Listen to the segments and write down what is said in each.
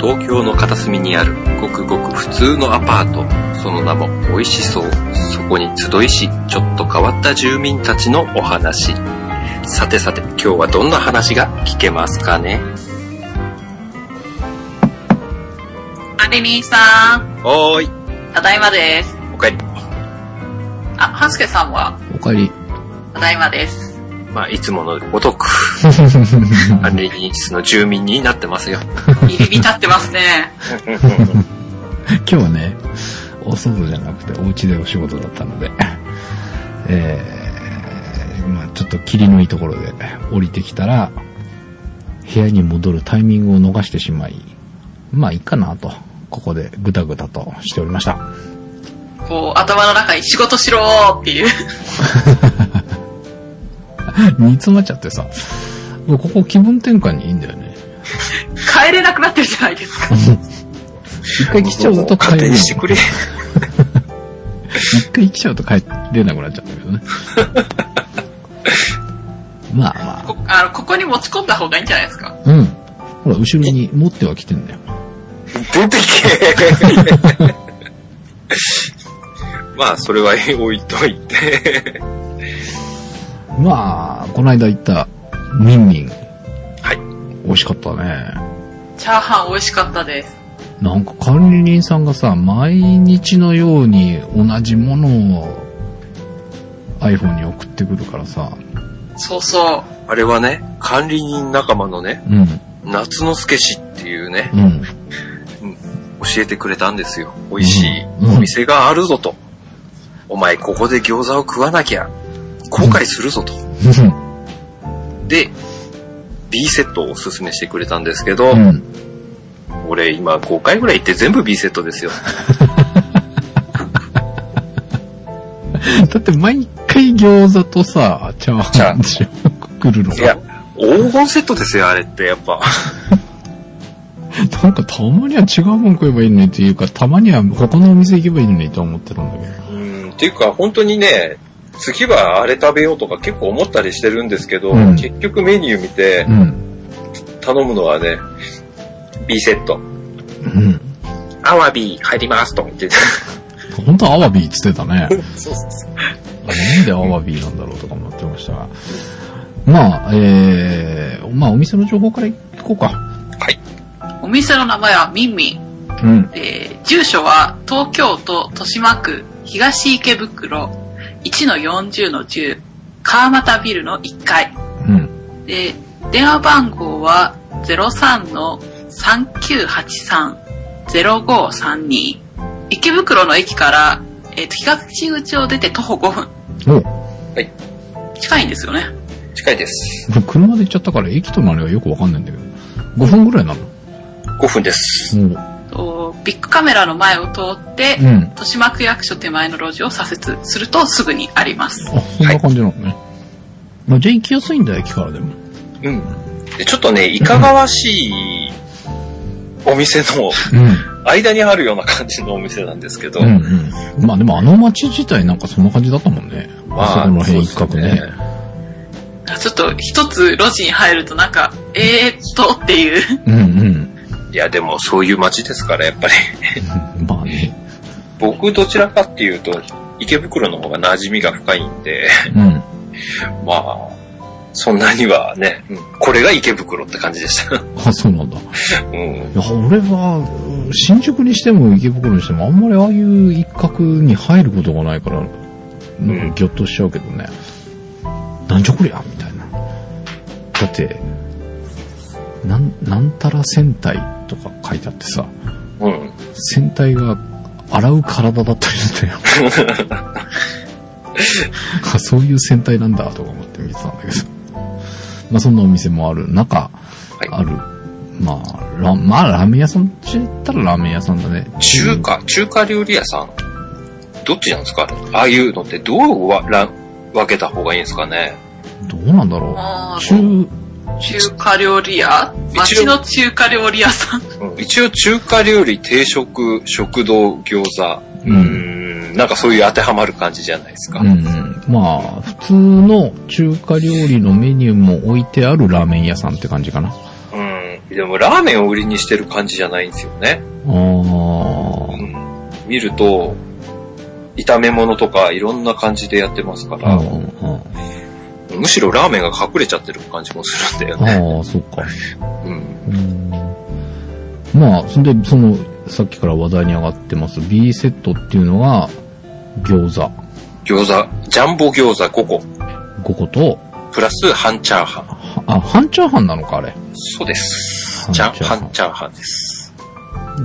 東京の片隅にあるごくごく普通のアパートその名も美味しそうそこに集いしちょっと変わった住民たちのお話さてさて今日はどんな話が聞けますかねアリリンさん、おーいただいまです。おかえりあ、ハンスケさんは、おかえり。ただいまです。まあいつものごとくアンリニースの住民になってますよ入り浸ってますね。今日はね、お外じゃなくてお家でお仕事だったので、えー、まあちょっと霧のいいところで降りてきたら、部屋に戻るタイミングを逃してしまい、まあいいかなと、ここでぐたぐたとしておりました。こう、頭の中に仕事しろーっていう。煮詰まっちゃってさ、ここ気分転換にいいんだよね。帰れなくなってるじゃないですか。一回来ちゃうと帰勝手れ なにい。してくれ一回来ちゃうと帰れなくなっちゃったけどね。まあまあ。こあのここに持ち込んだ方がいいんじゃないですか。うん。ほら、後ろに持っては来てんだよ。出てけ まあ、それは置いといて。まあ、この間行った、ミンミン。はい。美味しかったね。チャーハン美味しかったです。なんか管理人さんがさ、毎日のように同じものを iPhone に送ってくるからさ。そうそあれはね、管理人仲間のね、うん、夏之助氏っていうね、うん。教えてくれたんですよ。美味しいうんお店があるぞと。お前、ここで餃子を食わなきゃ、後悔するぞと。で、B セットをおすすめしてくれたんですけど、うん。俺今5回ぐらい行って全部 B セットですよ。だって毎回餃子とさ、チャーハンでしょ来るのいや、黄金セットですよ、あれって、やっぱ。なんかたまには違うもん食えばいいのにっていうか、たまには他のお店行けばいいのにとは思ってるんだけど。うん、っていうか本当にね、次はあれ食べようとか結構思ったりしてるんですけど、うん結局メニュー見てうん。頼むのはね、B セット。うん。アワビ入りますと言って。本当はアワビ言ってた ね。そうそうそう。なんでアワビなんだろうとかもなってましたが。まあ、えー、まあお店の情報からいこうか。う。お店の名前はミンミン。うん。で、住所は東京都豊島区東池袋1-40-10川俣ビルの1階。うん。で、電話番号は03-3983-0532。池袋の駅から、えっ、と、東口を出て徒歩5分。お近いんですよね。近いです。車で行っちゃったから駅とのあれはよくわかんないんだけど。5分ぐらいなの5分です。とビッグカメラの前を通って、うん。うん。豊島区役所手前の路地を左折するとすぐにあります。あ、そんな感じなのね。まあ、じゃあ行きやすいんだよ、駅からでも。うん。でちょっとね、いかがわしいお店の う間にあるような感じのお店なんですけど、うんうん。まあでもあの街自体なんかそんな感じだったもんね。あ、そこの辺一角ね。そうですちょっと一つ路地に入るとなんか、えーっとっていう。うんうん。いや、でもそういう街ですから、やっぱり。まあね。僕どちらかっていうと、池袋の方が馴染みが深いんで、うん。まあ、そんなにはね、うんこれが池袋って感じでした。 あ、そうなんだ。うん。いや、俺は、うん新宿にしても池袋にしても、あんまりああいう一角に入ることがないから、なんかギョッとしちゃうけどね。なんじゃこりゃみたいな。だって、なん、なんたら戦隊とか書いてあってさ、うん。戦隊が洗う体だったりするんだよ。あそういう戦隊なんだとか思って見てたんだけど。まあそんなお店もある中、いある。まあ、ラまあ、ラーメン屋さんって言ったらラーメン屋さんだね。中華、中華料理屋さんどっちなんですかああいうのってどうわら分けた方がいいんですかねどうなんだろあう。ー中、中華料理屋一応街の中華料理屋さん。うん一応中華料理、定食、食堂、餃子。ううんん。なんかそういう当てはまる感じじゃないですか。うんうん、まあ、普通の中華料理のメニューも置いてあるラーメン屋さんって感じかな。うん。でもラーメンを売りにしてる感じじゃないんですよね。おー。見ると、炒め物とかいろんな感じでやってますかああら、むしろラーメンが隠れちゃってる感じもするんだよね。ああ、そっか。うん。うーんまあ、そんで、その、さっきから話題に上がってます B セットっていうのが、餃子餃子、ジャンボ餃子5個、 5個と、プラス半チャーハン。はあ、半チャーハンなのか、あれ。そうです。半じチゃャーん、ハン半チャーハンです。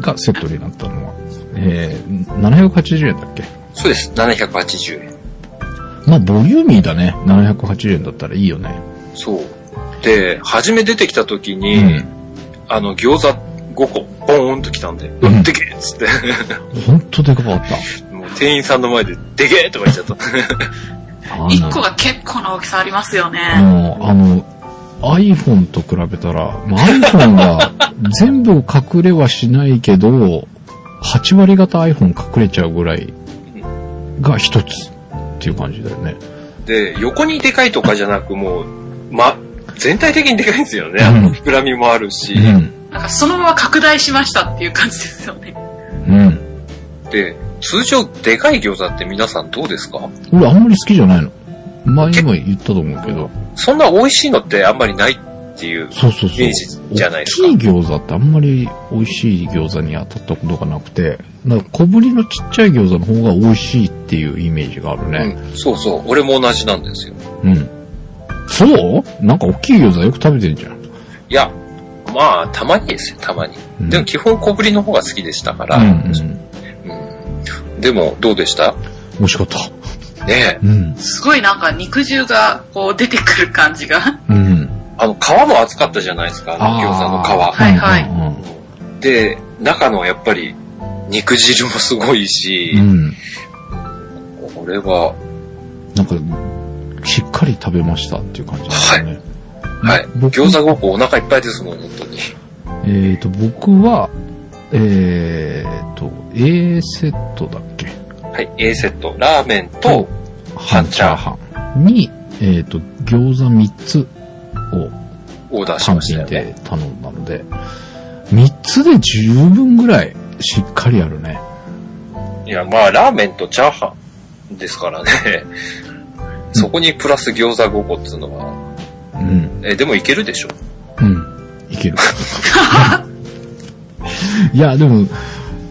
がセットになったのは。えー、780円だっけそうです。780円。まあ、ボリューミーだね。780円だったらいいよね。そう。で、初め出てきた時に、うん。あの、餃子5個、ボーンと来たんで、んうん、でけえっつって、ほんとでかかった。もう店員さんの前で、でけえとか言っちゃった。 あの1個が結構な大きさありますよね。もう、あの、iPhone と比べたら、まあ、iPhone が全部隠れはしないけど、8割型 iPhone 隠れちゃうぐらいが一つっていう感じだよね。で、横にでかいとかじゃなく、もう、ま、全体的にでかいんですよね。あの、うん膨らみもあるし、なんかそのまま拡大しましたっていう感じですよね。うん。うん。で、通常、でかい餃子って皆さんどうですか俺あんまり好きじゃないの。前にも言ったと思うけど。そんな美味しいのってあんまりないっていう。そうそうそう。イメージじゃないですか大きい餃子ってあんまり美味しい餃子に当たったことがなくて、なんか小ぶりのちっちゃい餃子の方が美味しいっていうイメージがあるね。うん、そうそう。俺も同じなんですよ。うん。そうなんか大きい餃子よく食べてんじゃん。いや、まあ、たまにですよ、たまに。うんでも基本小ぶりの方が好きでしたから。うんうん。うんでも、どうでした美味しかった。ねえ。うん。すごいなんか肉汁がこう出てくる感じが。うん。あの、皮も厚かったじゃないですか、あの餃子のーはいはいい。皮。で、中のやっぱり、肉汁もすごいし、うん。これは、なんか、しっかり食べましたっていう感じですね。はい。僕餃子ごっこお腹いっぱいですもん、本当に。えっ、と、僕は、えっ、と、A セットだっけはい、A セット。ラーメンと、、半チャーハンに、えっ、と、餃子3つをオーダーし単ました品よね。で頼んだので、3つで十分ぐらいしっかりあるね。いや、まあ、ラーメンとチャーハンですからね。そこにプラス餃子ごっこっつうのは、うん。え、でもいけるでしょうん。いける。いや、でも、う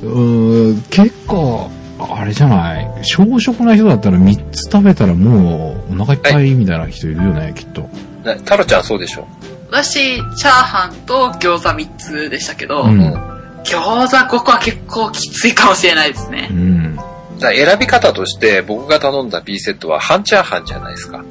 ーん結構、あれじゃない小食な人だったら3つ食べたらもうお腹いっぱいみたいな人いるよね、きっと。なタロちゃんそうでしょ私、チャーハンと餃子3つでしたけど、うん。餃子5個は結構きついかもしれないですうね。ん。だから選び方として僕が頼んだ B セットは半チャーハンじゃないですか。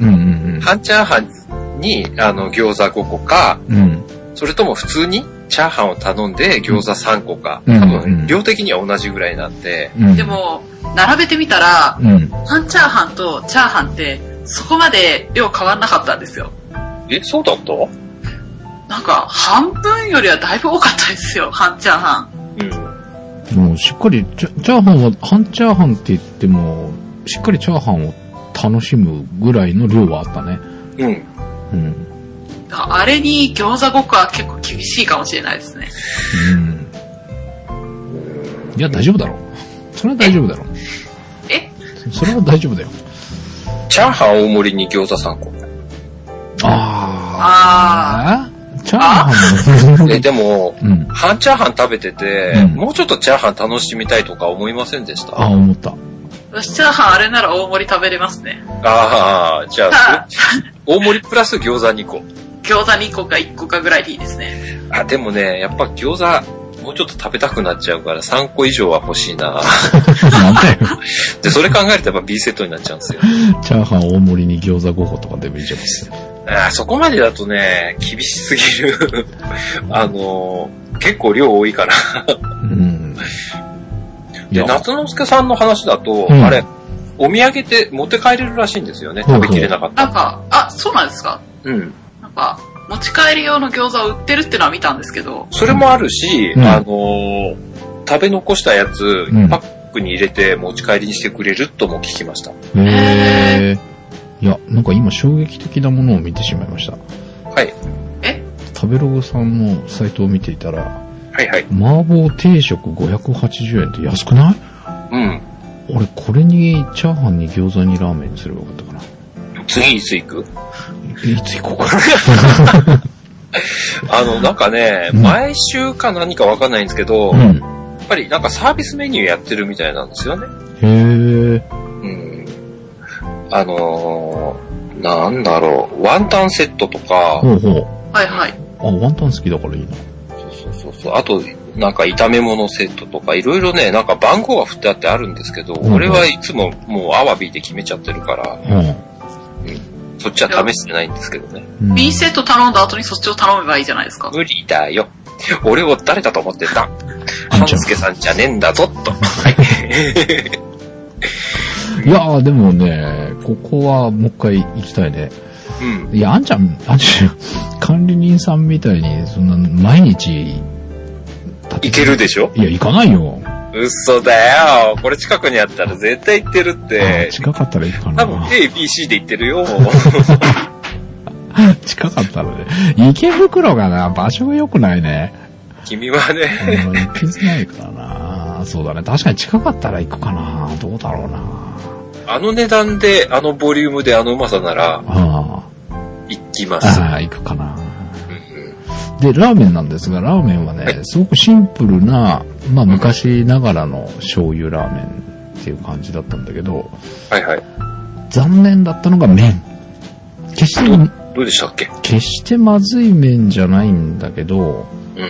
うんうん半チャーハンにあの餃子5個か、うん。うん。それとも普通にチャーハンを頼んで餃子3個か、うん多うんう分ん量的には同じぐらいなんで、うん。で、も、並べてみたら、うん。半チャーハンとチャーハンってそこまで量変わんなかったんですよ。え、そうだったうなんか、半分よりはだいぶ多かったですよ、半チャーハン。ん。でもしっかりチャ、チャーハンは、半チャーハンって言っても、しっかりチャーハンを楽しむぐらいの量はあったね。うん。うん。だからあれに餃子5個は結構厳しいかもしれないですね。うん。いや、大丈夫だろ。それは大丈夫だろ。えそれは大丈夫だよ。チャーハン大盛りに餃子3個。ああ。チャーハンえ、でも、うん。半チャーハン食べてて、うんもうちょっとチャーハン楽しみたいとか思いませんでしたあ、思った。私、チャーハンあれなら大盛り食べれますね。あー、じゃああ、大盛りプラス餃子2個。餃子2個か1個かぐらいでいいですね。あ、でもね、やっぱ餃子、もうちょっと食べたくなっちゃうから3個以上は欲しいななんだよ。で、それ考えるとやっぱ B セットになっちゃうんですよ。チャーハン大盛りに餃子5個とかでもいいじゃないですか。あーそこまでだとね、厳しすぎる。 あのー結構量多いから。うん。いで、夏之助さんの話だと、うんあれ、お土産って持って帰れるらしいんですよね。ほうほ食うべきれなかった。なんか、あ、そうなんですかうん。なんか、持ち帰り用の餃子を売ってるってのは見たんですけど、それもあるし、うんあのー食べ残したやつ、んパックに入れて持ち帰りにしてくれるとも聞きました。へえ。いや、なんか今衝撃的なものを見てしまいました。はい。え食べログさんのサイトを見ていたら、はいはい。麻婆定食580円って安くないうん。俺これにチャーハンに餃子にラーメンにすればよかったかな。次いつ行くえいつ行こうか。あの、なんかね、うん毎週か何かわかんないんですけど、うやん。っぱりなんかサービスメニューやってるみたいなんですよね。へえ。うん。あのー、なんだろう、ワンタンセットとか、ほうほはいはい。う。あ、ワンタン好きだからいいな。そうそうそう、あと、なんか炒め物セットとか、いろいろね、なんか番号が振ってあってあるんですけど、ん俺はいつももうアワビで決めちゃってるから、うそっちは試してないんですけどね。ん。うん B セット頼んだ後にそっちを頼めばいいじゃないですか。無理だよ。俺を誰だと思ってんだあん半ちゃん助さんじゃねえんだぞ、と。はい。いやーでもね、ここはもう一回行きたいね。うん。いや、あんちゃん、あんちゃん、管理人さんみたいに、そんな、毎日、いけるでしょいや、行かないよ。嘘だよ。これ近くにあったら絶対行ってるっあて。近かったら行くか多分な。 A、B、C で行ってるよ。 近かったらね。池袋がな、場所が良くないね。君はあね。 の行きづらいからな。そうだね。確かに近かったら行くかな。どうだろうな。あの値段で、あのボリュームで、あのうまさなら、あ行きまあ、す。ああ、行くかな。うんで、ラーメンなんですが、ラーメンはね、すごくシンプルな、まあ昔ながらの醤油ラーメンっていう感じだったんだけど、はいはい。残念だったのが麺。決して、どうでしたっけ決してまずい麺じゃないんだけど、うん。う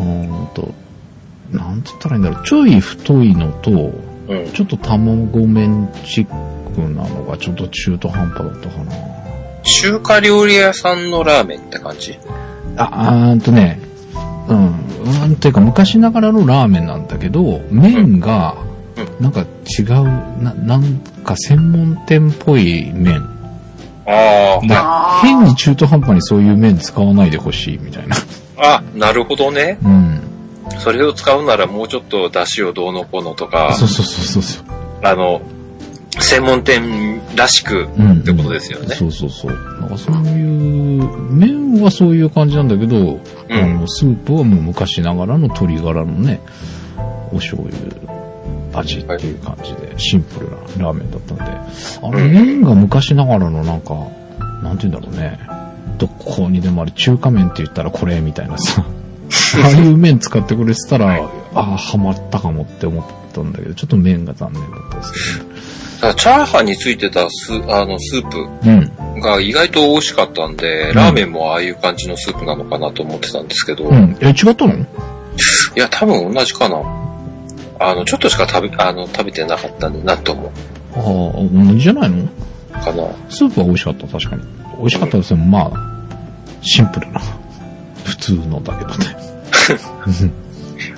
ーんと、なんて言ったらいいんだろう、ちょい太いのと、うん。ちょっと卵麺チックなのがちょっと中途半端だったかな。中華料理屋さんのラーメンって感じあ、あーんとね、うん、うん、ていうか昔ながらのラーメンなんだけど、麺がうん、なんか違う、な、なんか専門店っぽい麺。あだあー変に中途半端にそういう麺使わないでほしいみたいな。あ。あ、なるほどね。うん。それを使うならもうちょっと出汁をどうのこうのとかそ、うそうそうそうそう。あの、専門店らしく、うん。ってことですよねそうそうそう。なんかそういう、麺はそういう感じなんだけど、うんあの、スープはもう昔ながらの鶏ガラのね、お醤油味っていう感じで、シンプルなラーメンだったんで、あのうん麺が昔ながらのなんか、なんて言うんだろうね、どこにでもある中華麺って言ったらこれみたい なさ、ああいう麺使ってくれてたら、ああ、ハマったかもって思ったんだけど、ちょっと麺が残念だったですただチャーハンについてたスあのスープけど。うん。が意外と美味しかったんで、うんラーメンもああいう感じのスープなのかなと思ってたんですけど、ういん。え、違ったのや、多分同じかな。あの、ちょっとしか食べ、あの、食べてなかったんで、なんとも、ああ、同じじゃないのかな。スープは美味しかった、確かに。美味しかったですよ。まあ、シンプルな。普通のだけど ね。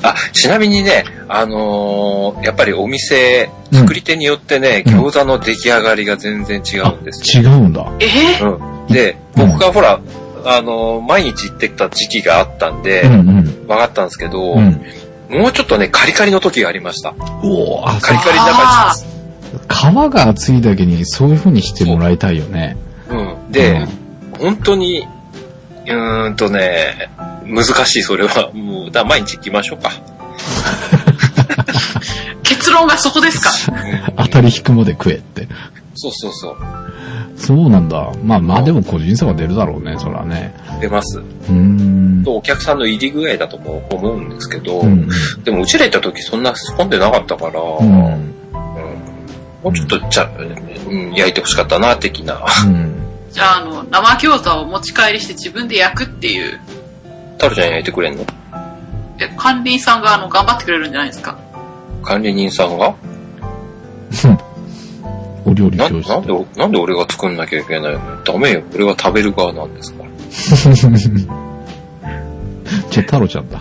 あ、ちなみにね、あのーやっぱりお店、うん作り手によってね、うん餃子の出来上がりが全然違うんです違よ。うんだ。えーうん。で、僕がほら、あのー毎日行ってた時期があったんでう、んうん。分かったんですけど、うん。もうちょっとね、カリカリの時がありました。おお、あ、そカうリカリな感じです。皮が厚いだけにそういう風にしてもらいたいよね。うん。で、本当に、うーんとね、難しい、それは。もう、だから毎日行きましょうか。結論がそこですか。 当たり引くまで食えって。そうそうそう。そうなんだ。まあまあでも個人差は出るだろうね、それはね。出ます。うーん。とお客さんの入り具合だとも思うんですけど、うん。でもうちら行った時そんな仕込んでなかったから、ううんん。もうちょっとじゃ、うん、焼いてほしかったな、的な。 うん。じゃあ、あの、生餃子を持ち帰りして自分で焼くっていう、タロちゃん焼いてくれんのえ管理員さんがあの、頑張ってくれるんじゃないですか。管理人さんがお料理な教なんで室。、なんで俺が作んなきゃいけないのダメよ。俺は食べる側なんですから。 じゃあ、太郎ちゃんだ。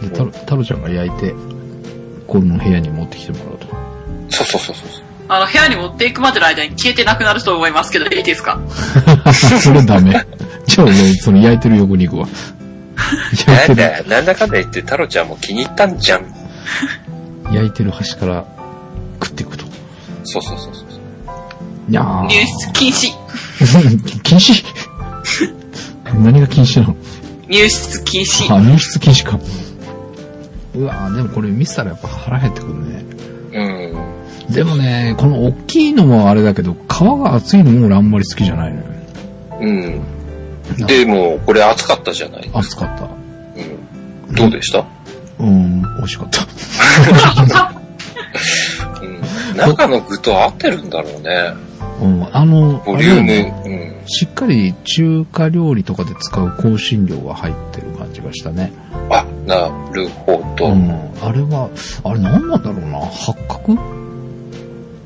で太郎太郎ちゃんが焼いて、この部屋に持ってきてもらうと。そうそうそうそう。あの、部屋に持っていくまでの間に消えてなくなると思いますけど、いいですかそれダメ。 じゃあ俺、その焼いてる横に行くわ。焼なんいてる、だ、なんだかんだ言ってタロちゃんも気に入ったんじゃん。焼いてる端から食っていくと。そうそうそうそう。にゃー。 入室禁止。禁止何が禁止なの入室禁止。あ、入室禁止か。うわぁ、でもこれ見せたらやっぱ腹減ってくるね。うん。でもね、この大きいのもあれだけど、皮が厚いのも俺あんまり好きじゃないのよ。うん。でも、これ暑かったじゃない。熱かった。うん。どうでしたうん、美味しかった。うん。中の具と合ってるんだろうね。うん、あの、ボリューあれだねム。うん。しっかり中華料理とかで使う香辛料が入ってる感じがしたね。あ、なるほど。うん、あれは、あれ何なんだろうな八角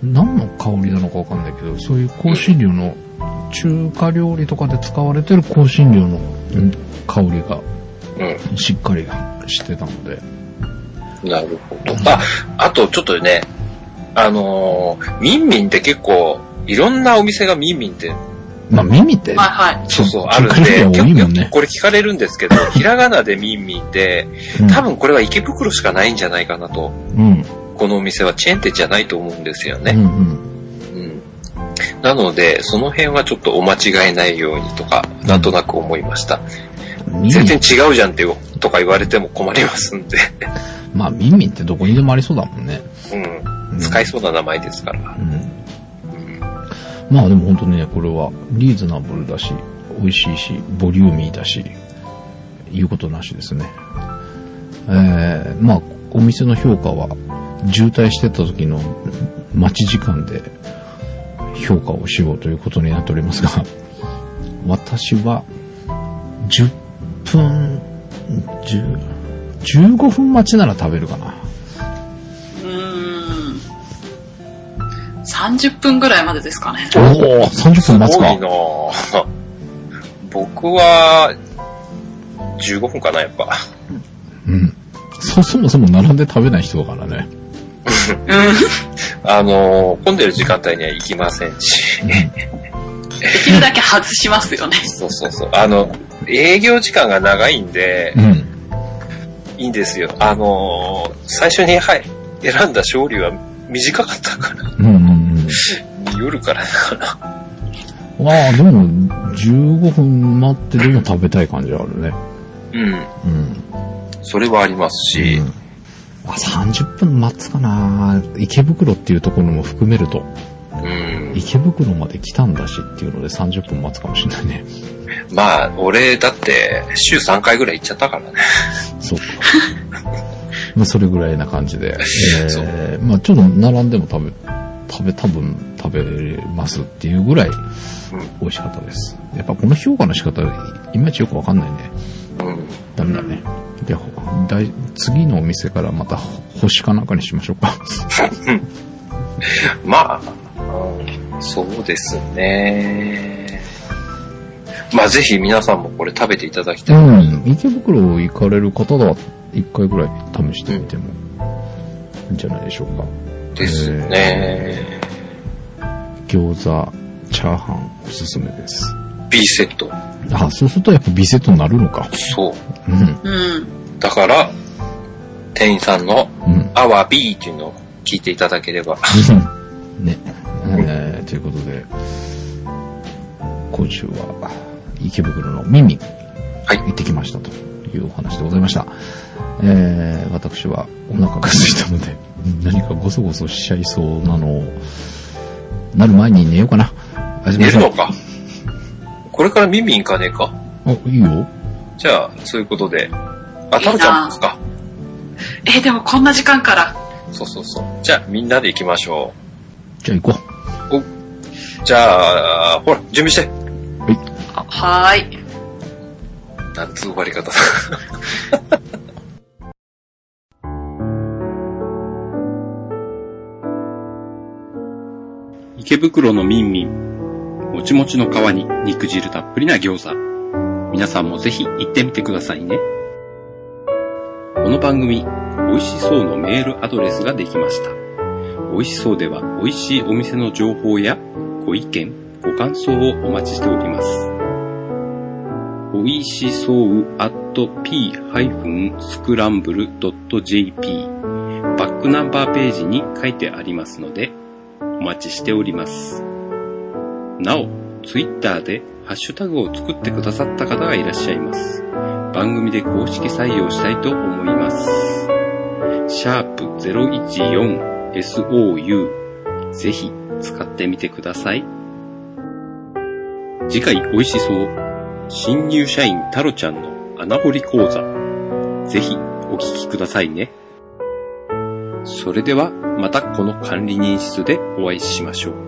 何の香りなのかわかんないけど、そういう香辛料の、中華料理とかで使われてる香辛料のうん香りがうん。しっかりしてたので。なるほど。あ、あとちょっとね、あのー、ミンミンって結構、いろんなお店がミンミンって、まあ耳って、はいはい。そうそう、ある中華料ん理で、は多いもん結ね構。これ聞かれるん ですけど、ひらがなでミンミンって、うん多分これは池袋しかないんじゃないかなと。うん。このお店はチェーン店じゃないと思うんですようね。んうん。うん。なので、その辺はちょっとお間違えないようにとか、なんとなく思いました。耳全然違うじゃんってよとか言われても困りますんで。まあ耳ってどこにでもありそうだもんね。うん。うん使いそうな名前ですから。うん。まあでも本当ね、これはリーズナブルだし、美味しいし、ボリューミーだし、言うことなしですね。えー、まあ、お店の評価は、渋滞してた時の待ち時間で評価をしようということになっておりますが、私は、10分、10、15分待ちなら食べるかな。うーん。30分ぐらいまでですかね。おお !30 分待つ多かい。なぁ 僕は、15分かな、やっぱ。うん。そ、そもそも並んで食べない人だからね。うん。あのー混んでる時間帯には行きませんし。できるだけ外しますよね。そうそうそう。あの、営業時間が長いんで、うん。いいんですよ。あのー最初に、はい、選んだ勝利は短かったから、うんうん夜からだから。うん。わあ、でも、15分待ってでも食べたい感じあるね。うん。うん。それはありますし、うんあ、30分待つかな池袋っていうところも含めると、うん。池袋まで来たんだしっていうので30分待つかもしれないね。まあ、俺、だって、週3回ぐらい行っちゃったからね。そうか。まあ、それぐらいな感じ で。そえー、まあ、ちょっと並んでも食べ、食べ、多分食べれますっていうぐらい美味しかったです。やっぱこの評価の仕方、いまいちよくわかんないね。うん。ダメだね。で、ほだい次のお店からまたほ星かなんかにしましょうか。まあ、うんそうですね。まあ、ぜひ皆さんもこれ食べていただきたい。うん。池袋行かれる方は一回ぐらい試してみてもいいんじゃないでしょうか。ですね。餃子、チャーハン、おすすめです。 B セット。あ、そうするとやっぱビセットになるのか。そう。うん。うん。だから、店員さんのうん。アワビーっていうのを聞いていただければ。 ね。えー、ということで、今週は池袋のミミ、はい行ってきましたというお話でございました。えー、私はお腹が空いたので、何かごそごそしちゃいそうなのを、なる前に寝ようかな。あ寝るのか。これからミンミン行かねえか。あ、いいよ。じゃあ、そういうことで。あ、いいなタロちゃんもですか。え、でもこんな時間から。そうそうそう。じゃあ、みんなで行きましょじゃあ行こう。じゃあ、ほら、準備して。う。はい。あはーい。なんつう終わり方だ。 池袋のミンミン。もちもちの皮に肉汁たっぷりな餃子。皆さんもぜひ行ってみてくださいね。この番組、美味しそうのメールアドレスができました。美味しそうでは美味しいお店の情報やご意見、ご感想をお待ちしております。美味しそう at p-scramble.jp バックナンバーページに書いてありますので、お待ちしております。なお、ツイッターでハッシュタグを作ってくださった方がいらっしゃいます。番組で公式採用したいと思います。シャープ 014SOU ぜひ使ってみてください。次回美味しそう。新入社員タロちゃんの穴掘り講座。ぜひお聞きくださいね。それではまたこの管理人室でお会いしましょう。